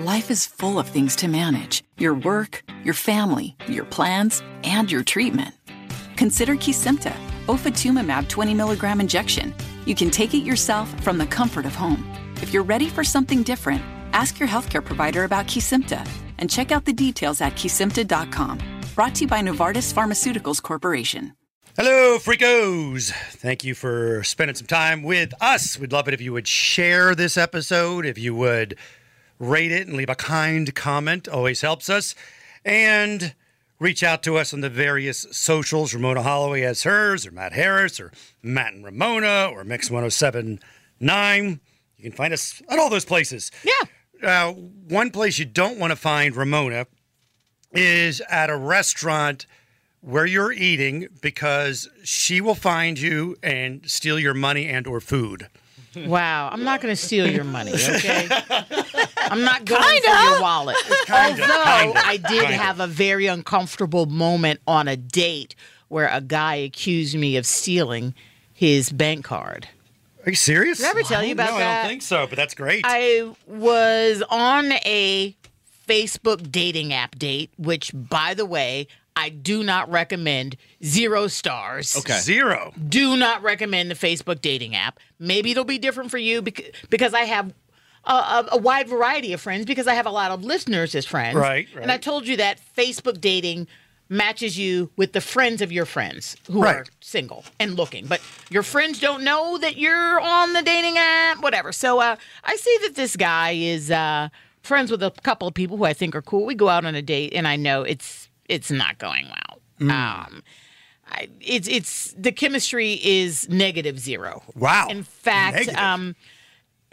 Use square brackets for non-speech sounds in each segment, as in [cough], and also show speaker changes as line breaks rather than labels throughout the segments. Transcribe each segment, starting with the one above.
Life is full of things to manage your work, your family, your plans, and your treatment. Consider Kisimta, ofatumumab 20 milligram injection. You can take it yourself from the comfort of home. If you're ready for something different, ask your healthcare provider about Kisimta and check out the details at kisimta.com. Brought to you by Novartis Pharmaceuticals Corporation.
Hello, freakos. Thank you for spending some time with us. We'd love it if you would share this episode, if you would rate it and leave a kind comment. Always helps us. And reach out to us on the various socials. Ramona Holloway has hers, or Matt Harris, or Matt and Ramona, or Mix 1079. You can find us at all those places. Yeah. Uh, one place you don't want to find Ramona is at a restaurant where you're eating because she will find you and steal your money and or food.
Wow, I'm not going to steal
[laughs]
your money, okay? I'm not going for your wallet.
kinda,
Although
kinda,
I did
kinda.
have a very uncomfortable moment on a date where a guy accused me of stealing his bank card.
Are you serious?
Did I ever tell you about
no, I
that?
don't think so, but that's great.
I was on a Facebook dating app date, which, by the way, I do not recommend. Zero stars.
Okay.
Zero.
do not recommend the Facebook dating app. Maybe it'll be different for you because, because I have a, a, a wide variety of friends because I have a lot of listeners as friends.
Right,
And I
right.
told you that Facebook dating matches you with the friends of your friends who are
Right.
single and looking, but your friends don't know that you're on the dating app, whatever. So uh, I see that this guy is uh, friends with a couple of people who I think are cool. We go out on a date, and I know it's it's not going well. Um, I, it's it's the chemistry is negative zero.
Wow.
In fact,
Negative.
um,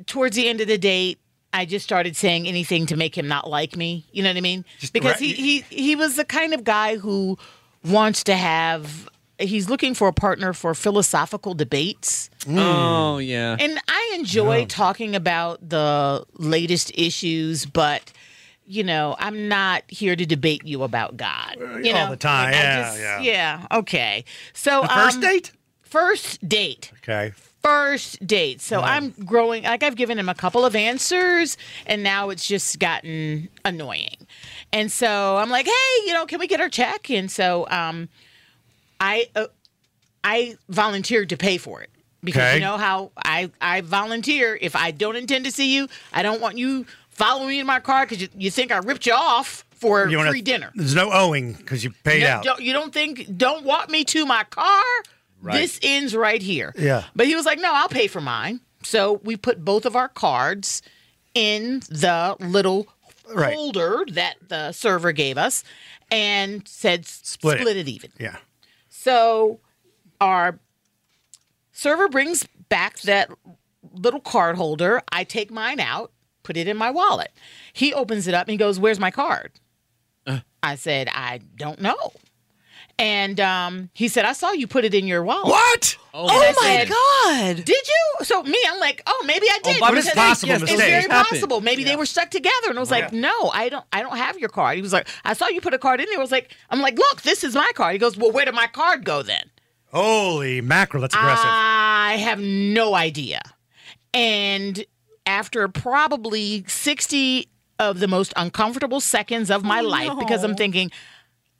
towards the end of the date, I just started saying anything to make him not like me. You know what I mean? Because he,
right.
he he was the kind of guy who wants to have. He's looking for a partner for philosophical debates.
Oh yeah.
And I enjoy talking about the latest issues, but you know, I'm not here to debate you about God. You
Uh, all
know,
the time.
I
Yeah,
just-
yeah.
yeah, Okay. So
First
um,
date?
First date
Okay.
first date. So I'm growing, like I've given him a couple of answers, and now it's just gotten annoying. And so I'm like, hey, you know, can we get our check? And so um, I uh, I volunteered to pay for it because
Okay.
you know how I I volunteer. If I don't intend to see you, I don't want you following me in my car because you, you think I ripped you off for
You wanna-
free dinner.
There's no owing because you paid
No,
out.
Don't, you don't think? Don't walk me to my car. This ends right here.
Yeah.
But he was like, "No, I'll pay for mine." So we put both of our cards in the little
Right.
folder that the server gave us, and said,
Split
"Split,
it.
it even."
Yeah.
So our server brings back that little card holder. I take mine out, put it in my wallet. He opens it up and he goes, Where's my card? I said, I don't know. And um, he said, I saw you put it in your wallet.
What?
Oh,
I
my
said-
God.
Did you? So me, I'm like, oh, maybe I did.
but it's
because I-
possible
It's
mistakes
very
happen.
possible. Maybe they were stuck together, and I was like, no, I don't, I don't have your card. He was like, I saw you put a card in there. I was like, I'm like, look, this is my card. He goes, well, where did my card go then?
Holy mackerel. That's
Uh,
aggressive.
I have no idea. And after probably 60 of the most uncomfortable seconds of
Oh,
my life, because I'm thinking,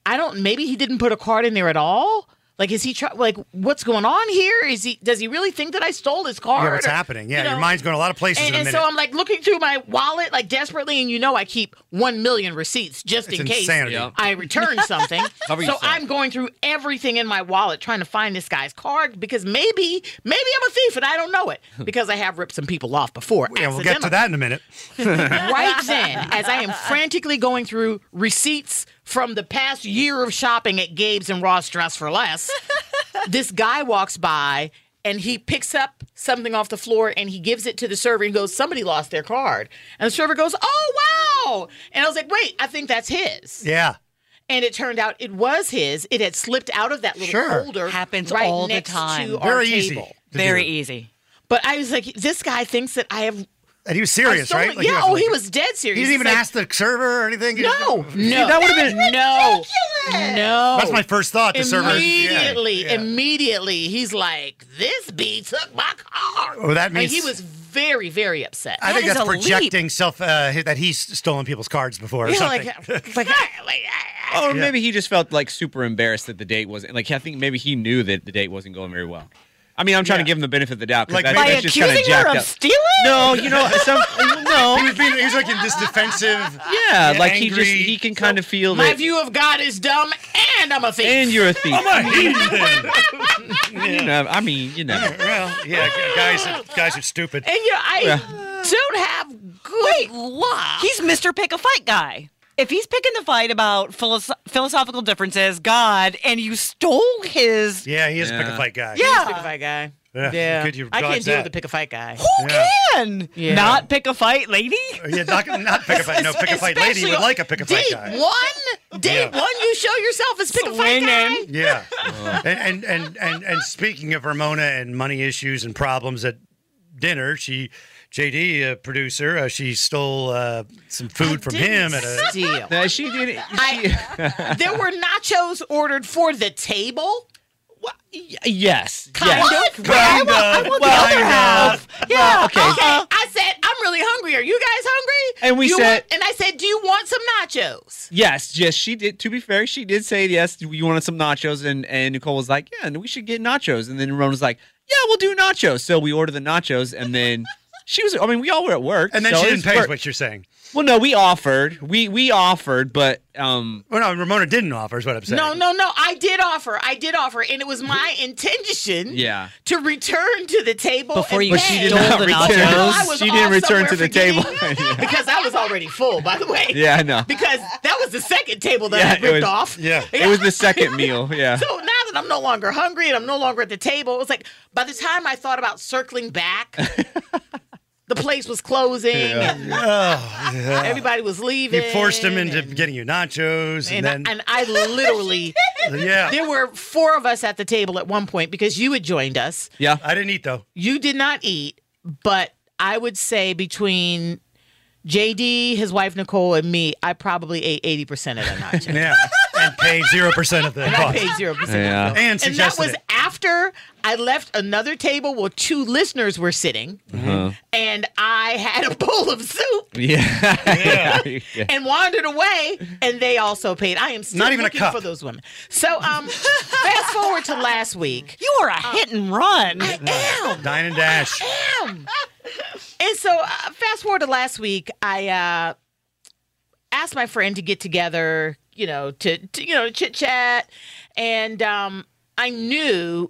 I don't, maybe he didn't put a card in there at all. Like, is he try, like, what's going on here? Is he, does he really think that I stole his card?
yeah, what's
Or-
happening? Yeah,
you
your
know,
mind's going a lot of places
and,
in a
and
minute.
so I'm like looking through my wallet like desperately, and you know I keep one million receipts just
it's
in case
insanity.
Yeah.
I returned something. so
[laughs] Cover yourself.
I'm going through everything in my wallet trying to find this guy's card because maybe maybe I'm a thief and I
[laughs]
don't know it because I have ripped some people off before.
Yeah, we'll get to that in a minute.
accidentally. [laughs] right then, as I am frantically going through receipts from the past year of shopping at Gabe's and Ross Dress for
[laughs]
Less, this guy walks by and he picks up something off the floor and he gives it to the server and goes, "Somebody lost their card." And the server goes, "Oh oh. And I was like, wait, I think that's his.
Yeah.
And it turned out it was his. It had slipped out of that little
Sure.
folder.
Happens
right
all the
next
time.
To our
Very easy.
table.
to
Very
do.
easy.
But I was like, this guy thinks that I have.
And he was
I
serious,
stole
right?
it.
Like,
yeah.
was
oh, he
like-
was dead serious.
He didn't even
He's like,
ask the server or anything. He just-
No, no,
that would have been.
no, no.
Oh,
That's my first thought. The server.
Immediately,
Yeah, yeah.
immediately, he's like, "This bee took my car."
Oh, that
And
means-
he was very, very upset.
I think
That is
that's
a leap.
projecting self uh, that he's stolen people's cards before or
yeah,
something.
[laughs]
[laughs]
like, like,
Or maybe he just felt like super embarrassed that the date wasn't like I think maybe he knew that the date wasn't going very well. I mean, I'm trying to give him the benefit of the doubt 'cause
Like
that-
maybe-
By
that's just kind
accusing
jacked
her of
up.
stealing?
No, you know, some
oh.
no.
he was being, he was like in this defensive.
Yeah,
Yeah,
like he just
angry.
he can kind of feel
my
that.
view of God is dumb, and I'm a thief.
and you're a thief.
Oh yeah,
You know, I mean, you know.
[laughs] well, yeah, gu- guys, are- guys are stupid.
And, you know, I don't have good luck.
He's Mr. Pick a Fight guy. If he's picking the fight about philos- philosophical differences, God, and you stole his,
Yeah, he is a pick a fight guy.
He's a pick a fight guy.
Yeah,
Yeah,
good you
I can't
dodged
deal
that.
with the pick a fight guy.
who
Yeah. Uh,
can
Yeah.
not pick a fight, lady?
yeah, not, not pick a fight. No, pick a fight lady would like a pick a fight
Date
guy.
one, date
Yeah.
one, you show yourself as pick a fight guy.
Swinging.
Yeah, and, and and and and speaking of Ramona and money issues and problems at dinner, she. JD, a producer, uh, she stole uh, some food from him. At a,
[laughs] Deal.
No, Uh, she did.
I, there were nachos ordered for the table.
Yes.
Kind
yes.
of.
Kind of, kind of.
Yeah.
Okay.
Okay, I said I'm really hungry. Are you guys hungry?
And we
"You
said-
want-" and I said, "Do you want some nachos?"
Yes, yes, she did. To be fair, she did say yes. You wanted some nachos, and and Nicole was like, "Yeah, and we should get nachos." And then Ramona was like, "Yeah, we'll do nachos." So we ordered the nachos, and
[laughs]
then she was. I mean, we all were at work,
and then
so
she
it
didn't
was
pay, is
work.
what you're saying.
Well, no, we offered. We we offered, but um,
Well, no, Ramona didn't offer, is what I'm saying.
No, no, no. I did offer. I did offer, and it was my intention.
Yeah.
To return to the table
Before
and
you
pay.
she did
Stole
not
the
return.
nachos.
No, I was
she
off
didn't return
somewhere
to the
forgetting-
table. yeah.
[laughs] because I was already full, by the way.
Yeah, I know.
Because that was the second table that
Yeah,
I
it
ripped off.
was-
yeah.
It was the second meal.
[laughs]
Yeah.
So now that I'm no longer hungry and I'm no longer at the table, it was like by the time I thought about
[laughs]
circling back, the place was closing [laughs] and everybody was
You
leaving.
forced him into
and,
getting you nachos, and,
and, I,
then
and I literally,
[laughs] yeah,
there were four of us at the table at one point because you had joined us.
yeah.
I didn't eat though.
You did not eat, but I would say between JD, his wife Nicole, and me, I probably ate eighty percent of the nachos.
Yeah, and paid zero percent of the
I
cost,
paid zero percent.
Yeah.
and
and that
suggested
was
it.
after I left another table where two listeners were sitting,
Uh-huh.
[laughs]
and I had a bowl of soup
Yeah. [laughs] yeah.
and wandered away, and they also paid. I am still
Not even a
looking
cup.
for those women. So, um, fast forward to last week.
You are a hit and run.
Dine and dash.
And so, uh, fast forward to last week, I uh, asked my friend to get together, you know, to, to you know, chit chat, and um, I knew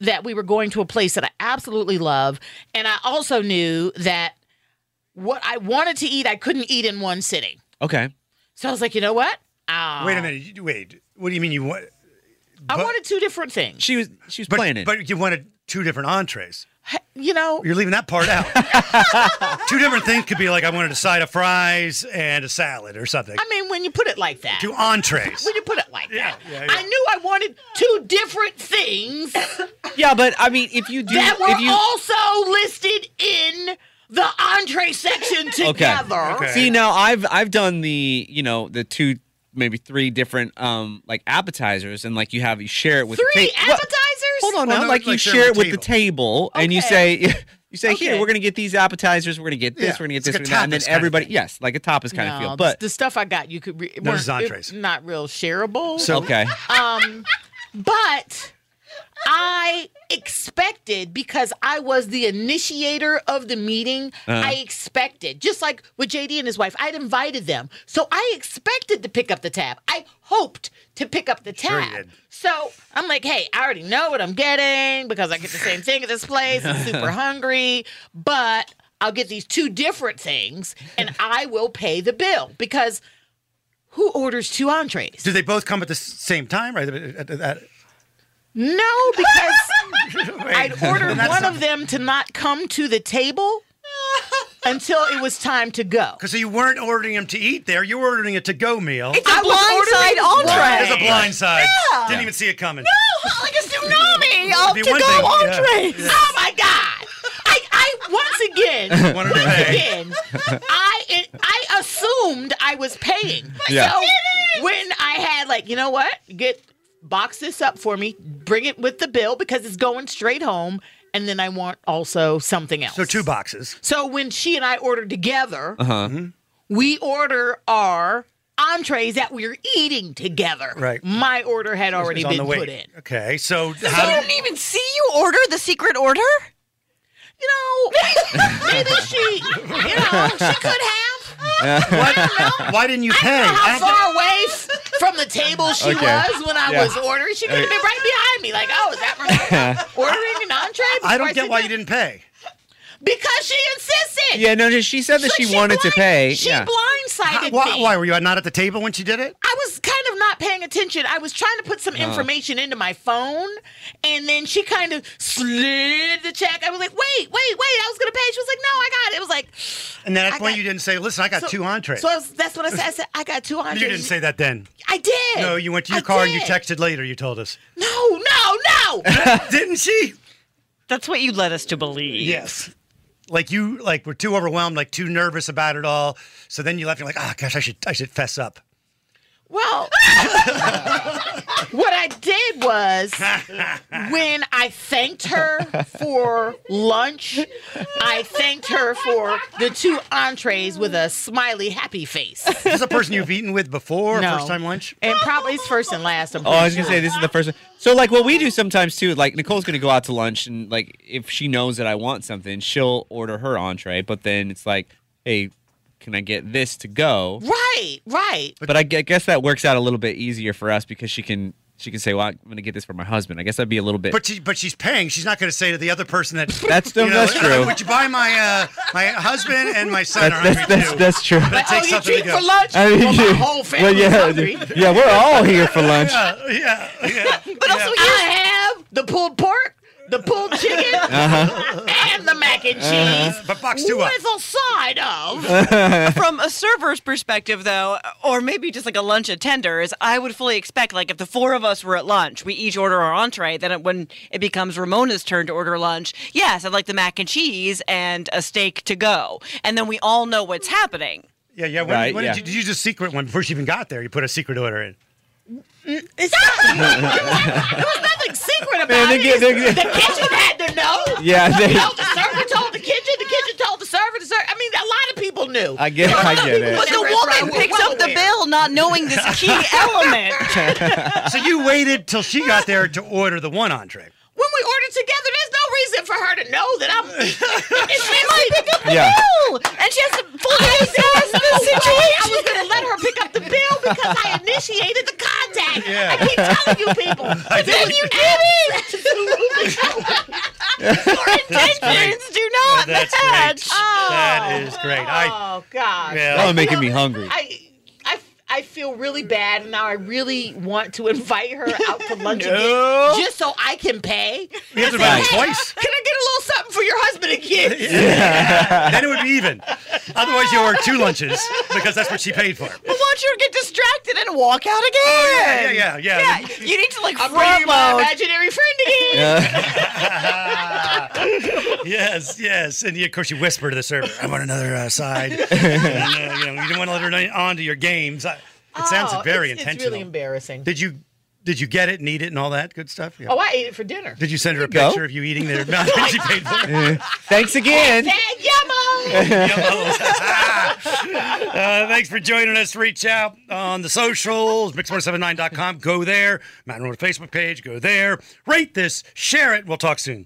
that we were going to a place that I absolutely love, and I also knew that what I wanted to eat, I couldn't eat in one sitting.
Okay.
So I was like, you know what? Uh,
Wait a minute. you- Wait. What do you mean you want?
I wanted two different things.
She was she was
But
planning.
but you wanted two different entrees.
You know,
You're leaving that part out. two different things could be like I wanted a side of fries and a salad or something.
I mean, when you put it like that,
two entrees.
when you put it like
Yeah,
that,
yeah, yeah.
I knew I wanted two different things.
yeah, but I mean, if you do,
that were
if you
also listed in the entree
[laughs]
section together.
Okay.
See now, I've I've done the you know the two maybe three different um like appetizers and like you have you share it with the
Three
ta- Well,
appetizers.
hold on
Well,
now,
no,
like
it's
you
like sharing
share it
the
with the table and you say [laughs] you say here
Okay.
we're gonna get these appetizers, we're gonna get this,
Yeah,
we're gonna
it's
get this,
like a
we're gonna that, and then
tapas kind of
everybody
thing.
yes, like a tapas kind of feel,
the-
but
the stuff I got, you could re-
No, this is
weren't- it-
entrees.
not real shareable. [laughs]
okay,
Um, but I expected because I was the initiator of the meeting.
Uh-huh.
I expected, just like with JD and his wife, I'd invited them, so I expected to pick up the tab. I hoped to pick up the
Sure you
tab.
did.
So I'm like, hey, I already know what I'm getting because I get the same thing at this place. I'm
[laughs]
super hungry, but I'll get these two different things, and I will pay the bill because who orders two entrees?
Do they both come at the s- same time? Right. At- at- at-
No,
[laughs]
because I'd ordered
that's
one
not-
of them to not come to the table. until it was time to go.
Because you weren't ordering him to eat there. You were ordering a to-go meal.
It's a
I was
blindside
ordering
entree.
It's a blind side.
Yeah.
Didn't even see it coming.
No, like a tsunami of
It'd be
to
one
go
thing, yeah.
entrees.
Oh my God! I, I once
[laughs]
again,
Wanted
once
to
[laughs]
pay.
again, I I assumed I was paying.
Yeah.
So when I had like, you know what, get box this up for me, bring it with the bill because it's going straight home, and then I want also something else.
So two boxes.
So when she and I order together,
Uh-huh. Mm-hmm.
we order our entrees that we're eating together.
Right.
My order had already
It's on
been
the way.
put in.
Okay, so
I
how did,
didn't even see you order the secret order.
You know, [laughs] maybe she, you know, she could have.
why, why didn't you
I
pay?
don't know how
After-
far away f- from the table she
Okay.
was when I
Yeah.
was ordering. She could have been right behind me. Like, oh, is that Roberta
[laughs]
ordering an entree?
I
before
don't get
sit
why you
down?
didn't pay.
Because she insisted.
Yeah, no, she said that
Like,
she, wanted
blind-
to pay.
She
yeah.
blindsided
Why,
me.
why were you not at the table when she did it?
I was kind of not paying attention. I was trying to put some
Uh-huh.
information into my phone, and then she kind of slid the check. I was like, wait, wait, wait. I was going to pay. She was like, no, I got it. It was like,
And then at
I
that point
got-
you didn't say, "Listen, I got
so-
two entrees."
So I was, that's what I said. I said, I got two entrees.
you didn't say that then.
I did.
No, you went to your
I
car and you
did.
texted later. You told us,
No, no, no.
didn't she?
That's what you led us to believe.
Yes. Like you, like were too overwhelmed, like too nervous about it all. So then you left. You're like, "Ah, gosh, I should, I should fess up."
well, [laughs] what I did was when I thanked her for lunch, I thanked her for the two entrees with a smiley, happy face.
Is this a person you've eaten with before? First time lunch?
And probably it's first and last. I'm
Oh, I was gonna say this is the first. So, like, what we do sometimes too, like Nicole's gonna go out to lunch, and like if she knows that I want something, she'll order her entree. But then it's like, hey, can I get this to go?
Right, right.
But I gue- guess that works out a little bit easier for us because she can she can say, well, I'm gonna get this for my husband. I guess that'd be a little bit.
But she, but she's paying. She's not going to say to the other person that
That's-
you know,
that's true.
Would you buy my uh, my husband and my son
that's
are
that's,
hungry
that's
too?
that's true.
But it takes
oh, you
something to
treat
go.
for lunch?
I mean,
well,
yeah.
my whole
Well,
family's
yeah,
hungry.
[laughs]
yeah, we're all here for lunch.
Uh, yeah, yeah.
But also, you
I have the pulled pork, the pulled chicken, and the mac and cheese
But box two up.
with a side
Uh.
of.
from a server's perspective though or maybe just like a lunch attender is i would fully expect like if the four of us were at lunch we each order our entree then it, when it becomes ramona's turn to order lunch yes i'd like the mac and cheese and a steak to go and then we all know what's happening
Yeah, yeah. When,
Right,
when
yeah.
Did, you, did you just secret one before she even got there? You put a secret order in.
It's not, there was nothing secret about
Man, they
it.
get- they get-
the kitchen had to know.
Yeah, they-
You know, the server told the kitchen. The kitchen told the server. The server. I mean, a lot of people knew.
I get,
A lot
I
of
get
people
it.
but the woman
Well
picks up the
aware.
bill not knowing this [laughs] key element
So you waited till she got there to order the one entree.
When we ordered together, there's no reason for her to know that
[laughs]
I'm. she might pick up
Yeah.
Bill! and she has to fully assess the
I
situation
was going to let her pick up the bill because I initiated the contact.
Yeah.
I keep telling you
[laughs]
people. And then you did [laughs] it.
intentions do not
That's
match
great. That is great. I
oh, God.
Oh,
yeah.
making me hungry.
I, I, I feel really bad, and now I really want to invite her out to lunch again just so I can pay.
We have to
And
buy
say,
it twice.
Can I get a little something for your husband
[laughs]
and kids?
then it would be even. Otherwise, you order two lunches because that's what she paid for.
But once you get distracted and walk out
Oh,
again.
Oh, Yeah, yeah, yeah.
You need to like
I'm bringing
front
my
load.
imaginary friend again.
Yes, yes. And of course, you whisper to the server, "I want another uh, side." And, uh, you, know, you don't want to let her on to your games. I, it sounds
Oh,
very
it's,
intentional.
It's really embarrassing.
Did you did you get it, and eat it, and all that good stuff? Yeah.
Oh, I ate it for dinner.
Did you send her a
you go.
picture of you eating [laughs] their amount that she paid for? it?
Thanks again.
Dad,
[laughs]
yummo!
uh, thanks for joining us. Reach out on the socials, mix1079.com. Go there. Mountain Road Facebook page. Go there. Rate this. Share it. We'll talk soon.